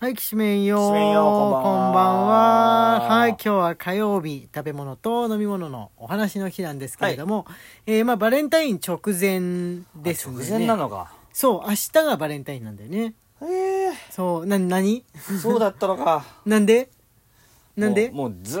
はい、きしめんよきしめんよこんばんはこんばんは。はい、今日は火曜日、食べ物と飲み物のお話の日なんですけれども、えーまあ、バレンタイン直前です直ね。前なのか。そう、明日がバレンタインなんだよね。ええそう、な、なにそうだったのか。なんでなんでもうもうずー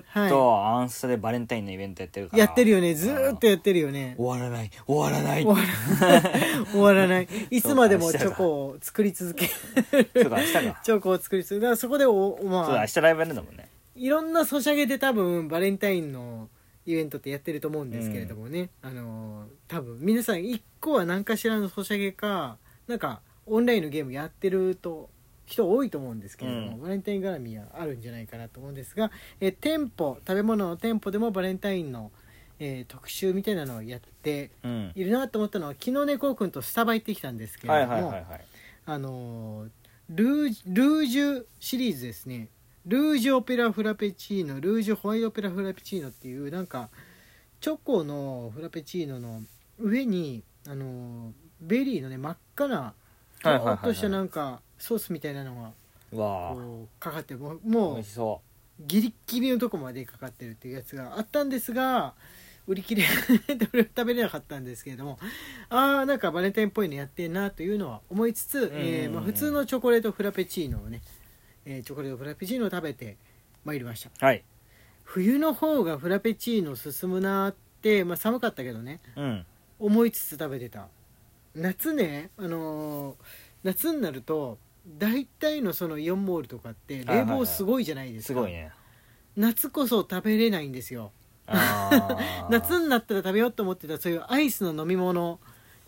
っとアンスタでバレンタインのイベントやってるから。やってるよね。ずーっとやってるよね。終わらない、終わらない。終わらない 終わらない。いつまでもチョコを作り続けそうか、明日か。 チョコを作り続けだからそこでお、そうだ、ま明あ、日ライブやるんだもんね。いろんなソシャゲで多分バレンタインのイベントってやってると思うんですけれどもね、あのー多分皆さん一個は何かしらのソシャゲかなんかオンラインのゲームやってると人多いと思うんですけれども、うんバレンタイン絡みはあるんじゃないかなと思うんですがえ店舗食べ物の店舗でもバレンタインの、えー特集みたいなのをやってうん。いるなと思ったのは昨日ねこうくんとスタバ行ってきたんですけはれいども、はいはいはい。あのールールージュシリーズですねルージュオペラフラペチーノルージュホワイトオペラフラペチーノっていうなんかチョコのフラペチーノの上に、あのーベリーのね真っ赤なとはいはいろはいはいっとしたなんかソースみたいなのがうわあ。こうかかってもう美もう味しそギリッギリのとこまでかかってるっていうやつがあったんですが売り切れ で俺は食べれなかったんですけれどもああんかバレンタインっぽいのやってんなというのは思いつつ、えーまあ、普通のチョコレートフラペチーノをね、えーチョコレートフラペチーノを食べてまいりましたう。はい。冬の方がフラペチーノ進むなーって、まあ、寒かったけどねうん。思いつつ食べてた夏ねあのー夏になると大体のそのイオンモールとかって冷房すごいじゃないですすか、ごいね。夏こそ食べれないんですよ あー夏になったら食べようと思ってたそういうアイスの飲み物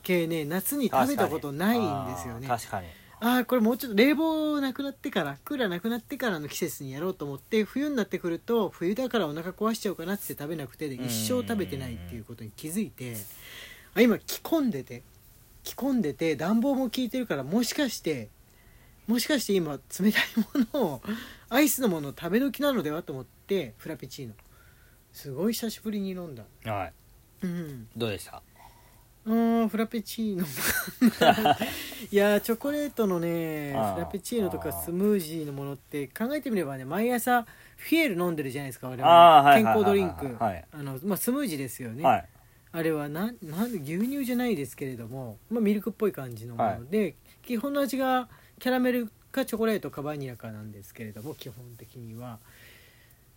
系ね夏に食べたことないんですよねあーあ確かに。あーこれもうちょっと冷房なくなってからクーラーなくなってからの季節にやろうと思って冬になってくると冬だからお腹壊しちゃうかなって食べなくてでうん一生食べてないっていうことに気づいてあ今着込んでて着込んでて暖房も効いてるからもしかしてもしかして今冷たいものをアイスのものを食べ時なのではと思ってフラペチーノすごい久しぶりに飲んだはい。うんどうでしたうーんフラペチーノ いやーチョコレートのねあーフラペチーノとかスムージーのものって考えてみればね毎朝フィエル飲んでるじゃないですか我々あーはい健はい康ドはいリはンいクはいあのまあスムージーですよね、はい。あれはなんなん牛乳じゃないですけれども、まあ、ミルクっぽい感じのもので、基本の味がキャラメルかチョコレートかバニラかなんですけれども基本的には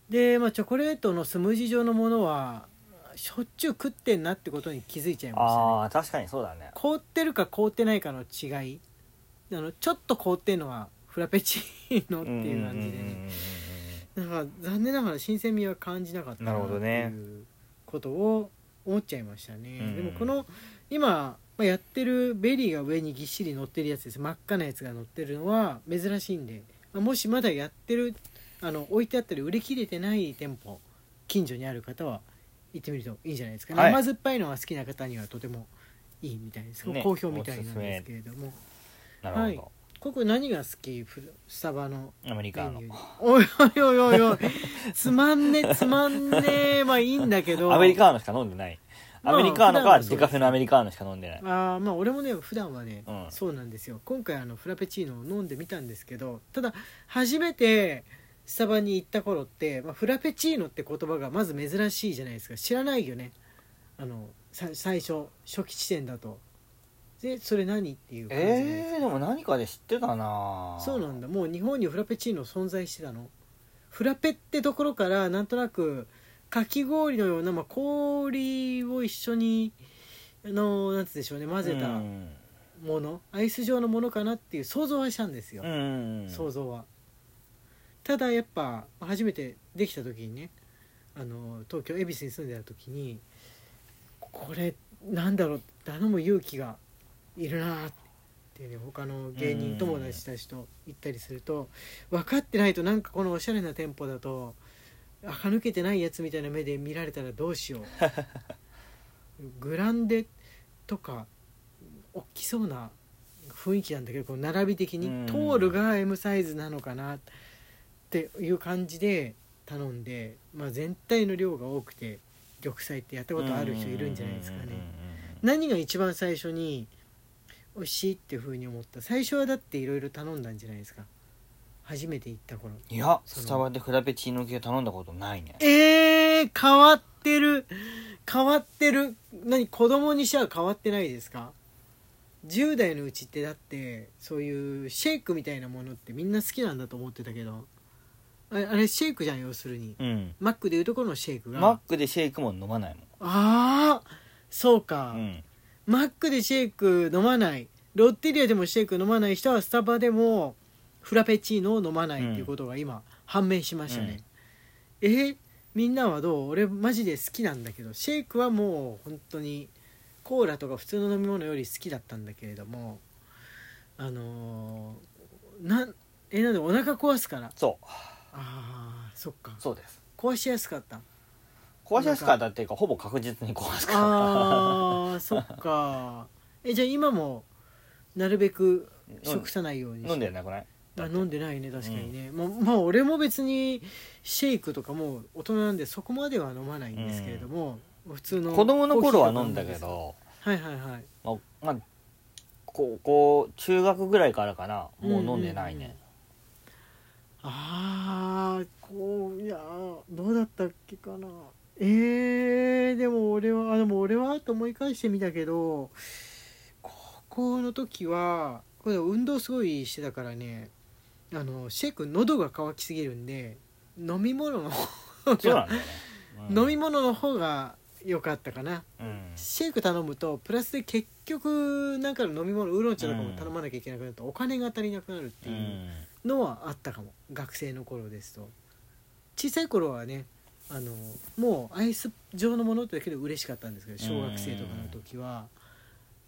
で、まあ、チョコレートのスムージー状のものはしょっちゅう食ってんなってことに気づいちゃいましたねああ、確かにそうだね。凍ってるか凍ってないかの違いあのちょっと凍ってるのはフラペチーノっていう感じでんうねんうんうんうんうんだから残念ながら新鮮味は感じなかったなるほどねっていうことを思っちゃいましたね、うんでもこの今まあやってるベリーが上にぎっしり乗ってるやつです真っ赤なやつが乗ってるのは珍しいんでまあもしまだやってるあの置いてあったり売り切れてない店舗近所にある方は行ってみるといいんじゃないですかね、はい甘酸っぱいのが好きな方にはとてもいいみたいです、ね好評みたいなんですけれどもなるほここ何が好きフルスタバのど。アメリカの。おいおいおいおいおいつまんねつまんねまあいいんだけどアメリカーノしか飲んでない。まあアメリカーノ普段はそかうですデカフェのアメリカーノしか飲んでない。あーまあ俺もね普段はね、うんそうなんですよ今回あのフラペチーノを飲んでみたんですけどただ初めてスタバに行った頃って、まあ、フラペチーノって言葉がまず珍しいじゃないですか知らないよねあのさ最初初期地点だとでそれ何っていう感じなんですえー、でも何かで知ってたなそうなんだもう日本にフラペチーノ存在してたのフラペってところからなんとなくかき氷のような、まあ、氷を一緒にあのなんつうんでしょうね混ぜたうんもの、アイス状のものかなっていう想像はしたんですよ、うん想像はただやっぱ初めてできた時にねあの東京恵比寿に住んでた時にこれなんだろう頼む勇気がいるなっていうね他の芸人友達たちと行ったりすると分かってないとなんかこのおしゃれな店舗だと垢抜けてないやつみたいな目で見られたらどうしようグランデとか大きそうな雰囲気なんだけどこの並び的うんにトールが M サイズなのかなっていう感じで頼んで、まあ、全体の量が多くて玉砕ってやったことある人いるんじゃないですかね。うんうんうんうん何が一番最初に美味しいっていうふうに思った最初はだっていろいろ頼んだんじゃないですか初めて行った頃いやそのスタバでフラペチーノ系頼んだことないねえー、変わってる変わってる何子供にしちゃ変わってないですか10代のうちってだってそういうシェイクみたいなものってみんな好きなんだと思ってたけどあれあれシェイクじゃん要するにうんマックでいうところのシェイクが、マックでシェイクも飲まないああそうかもん、うん、マックでシェイク飲まないロッテリアでもシェイク飲まない人はスタバでもフラペチーノを飲まないっていうことが今判明しましたね、えーみんなはどう俺マジで好きなんだけどシェイクはもう本当にコーラとか普通の飲み物より好きだったんだけれどもあのーなんえなんでお腹壊すからそうあーそっかそうです壊しやすかった壊しやすかったっていうかほぼ確実に壊すかあーそっかえじゃあ今もなるべく食さないようにらし飲んでなくないあ飲んでないね確かにね、まあまあ俺も別にシェイクとかもう大人なんでそこまでは飲まないんですけれども、普通の子供の頃はコーヒー飲んとかだけど、はいはいはいまあ、まあ高校中学ぐらいからかなもう飲んでないね、ああこういやーどうだったっけかなえー、でも俺はあでも俺はと思い返してみたけど高校の時はこれ運動すごいしてたからねあのシェイク喉が渇きすぎるんで飲み物の方そうなんがだよね、うん 飲み物の方が良かったかなうんシェイク頼むとプラスで結局なんかの飲み物ウーロン茶とかも頼まなきゃいけなくなるとお金が足りなくなるってういう。んのはあったかも学生の頃ですと小さい頃はねあのもうアイス状のものってだけで嬉しかったんですけど小学生とかの時は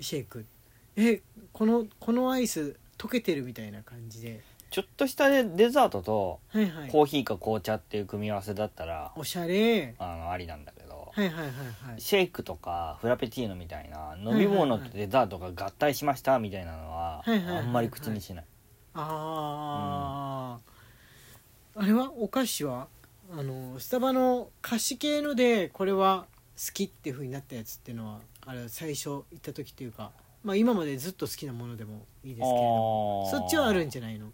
シェイクえこのこのアイス溶けてるみたいな感じでちょっとしたねデザートとはいはいコーヒーか紅茶っていう組み合わせだったら、おしゃれあのありなんだけど、はいはいはいはいシェイクとかフラペチーノみたいな飲み物とデザートが合体しましたみたいなのははいはいはいはいあんまり口にしないあー、あれはお菓子はあのスタバの菓子系のでこれは好きっていう風になったやつっていうのはあれ最初行った時っていうか、まあ、今までずっと好きなものでもいいですけれどもそっちはあるんじじゃないのゃ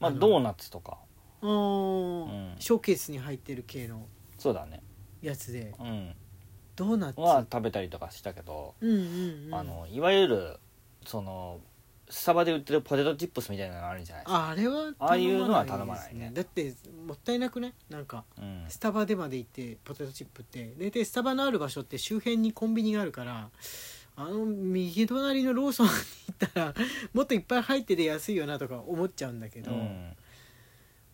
まああのドーナツとかあー、うんショーケースに入ってる系のそうだねやつでうんドーナツ、は食べたりとかしたけど、うんうんうん、あのいわゆるそのスタバで売ってるポテトチップスみたいなのあるじゃないですか、ああれはああいうのは頼までなすいねだってもったいなくねなんかうんスタバでまで行ってポテトチップって大体スタバのある場所って周辺にコンビニがあるからあの右隣のローソンに行ったら もっといっぱい入ってて安いよなとか思っちゃうんだけど、うん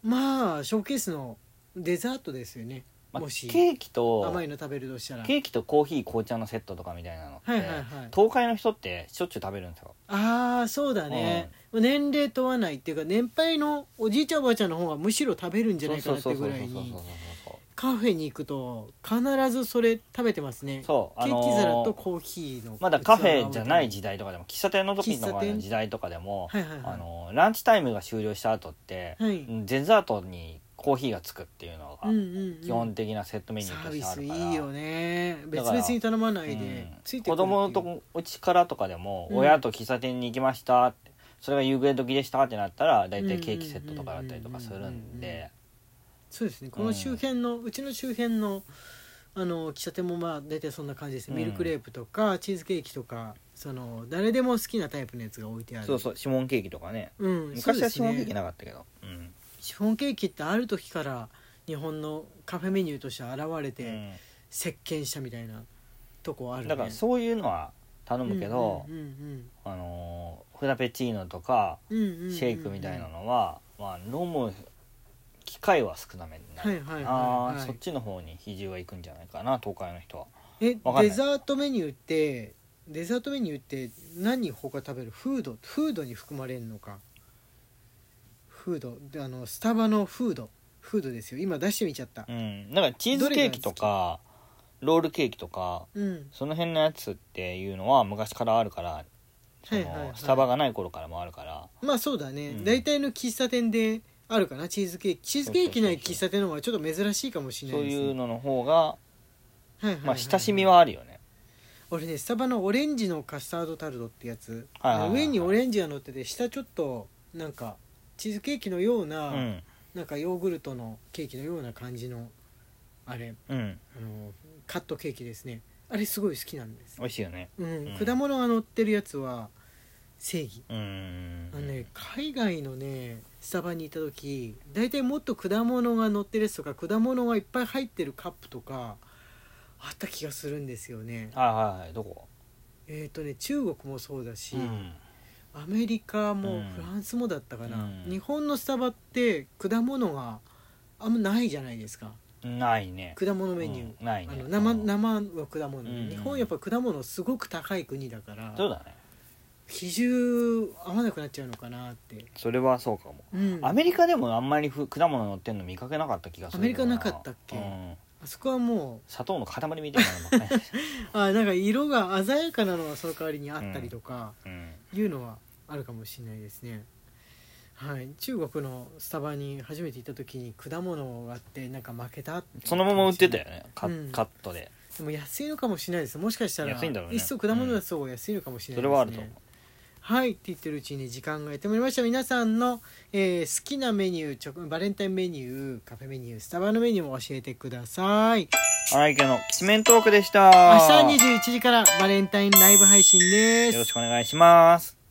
まあショーケースのデザートですよねまあもしケーキと甘いの食べるとしたらケーキとコーヒー紅茶のセットとかみたいなのって、はいはいはい東海の人ってしょっちゅう食べるんですよああそうだね、年齢問わないっていうか年配のおじいちゃんおばあちゃんの方がむしろ食べるんじゃないかなっていうぐらいそうそうにそうそうそうカフェに行くと必ずそれ食べてますねそう、あケのーーキ皿とコーヒーのまだカフェじゃない器時代とかでも喫茶店の時喫と茶か店の時代とかでも、はいはいはいあのーランチタイムが終了した後って、はいデザートにコーヒーがつくっていうのがうんうんうん基本的なセットメニュサーーとしビてあスるいから、いよね別だから々に頼まなういで、んついてくる子供のとここうちからとかでも、うん親と喫茶店に行きましたってそれが夕暮れ時でしたってなったら大体ケーキセットとかだったりとかするんうんうんうんうんうんうんで、そうですねこの周辺の、うちの周辺のあの喫茶店もまあ大体そんな感じですね、うんミルクレープとかチーズケーキとかその誰でも好きなタイプのやつが置いてあるそうそう指紋ケーキとかねう、ん、昔は指紋ケーキななかったけど、うんシフォンケーキってある時から日本のカフェメニューとして現れて、うん席巻したみたいなとこあるねだからそういうのは頼むけど、うんうんあのーフラペチーノとかうんうんうんうんうんシェイクみたいなのは、まあ、飲む機会は少なめになはいるはいはい、あはーい、そっちの方に比重がいくんじゃないかな東海の人はえわかんないデザートメニューってデザートメニューって何他食べるフードフードに含まれるのかフードであのスタバのフードフードですよ今出してみちゃったうんだからチーズケーキとかロールケーキとかうんその辺のやつっていうのは昔からあるからそはいはいはのいスタバがない頃からもあるからまあそうだね、うん大体の喫茶店であるかなチーズケーキチーズケーキないそうそうそうそう喫茶店の方がちょっと珍しいかもしれそなういです、ね、いうのの方がはいはいはいはいまあ親しみはあるよね俺ねスタバのオレンジのカスタードタルトってやつ、はいはいはいはい上にオレンジが乗ってて下ちょっとなんかチーズケーキのような、うんなんかヨーグルトのケーキのような感じのあれうんあのカットケーキですねあれすごい好きなんです、美味しいよねうんうん果物が乗ってるやつは正義うんあのね海外のねスタバに行った時大体もっと果物が乗ってるやつとか果物がいっぱい入ってるカップとかあった気がするんですよねはいはいはいどこえっ、とね中国もそうだし、アメリカうもんフランスもだったかな、うん日本のスタバって果物があんまないじゃないですかないね果物メニュー、うんないあねの生うん生の果物、うん日本やっぱ果物すごく高い国だからそうだね比重合わなくなっちゃうのかなって、それはそうかもうん、アメリカでもあんまりふ果物乗ってんの見かけなかった気がするけどアメリカなかったっけうんあそこはも砂糖の塊みたいなの ばっかりうあなんか色が鮮やかなのがその代わりにあったりとか、うんいうのはあるかもしれないですね。はい、中国のスタバに初めて行った時に果物があってなんか負けたってそのまま売ってたよねカうんカットででも安いのかもしれないですもしかしたら安いんだろうねっそ果物だそう安いのかもしれなそいれです、ねはあると思うはいって言ってるうちに時間がやってまいりました皆さんの、えー好きなメニューちょバレンタインメニューカフェメニュースタバのメニューも教えてください荒井家のきしめんトークでし明た日21時からバレンタインライブ配信ですよろしくお願いします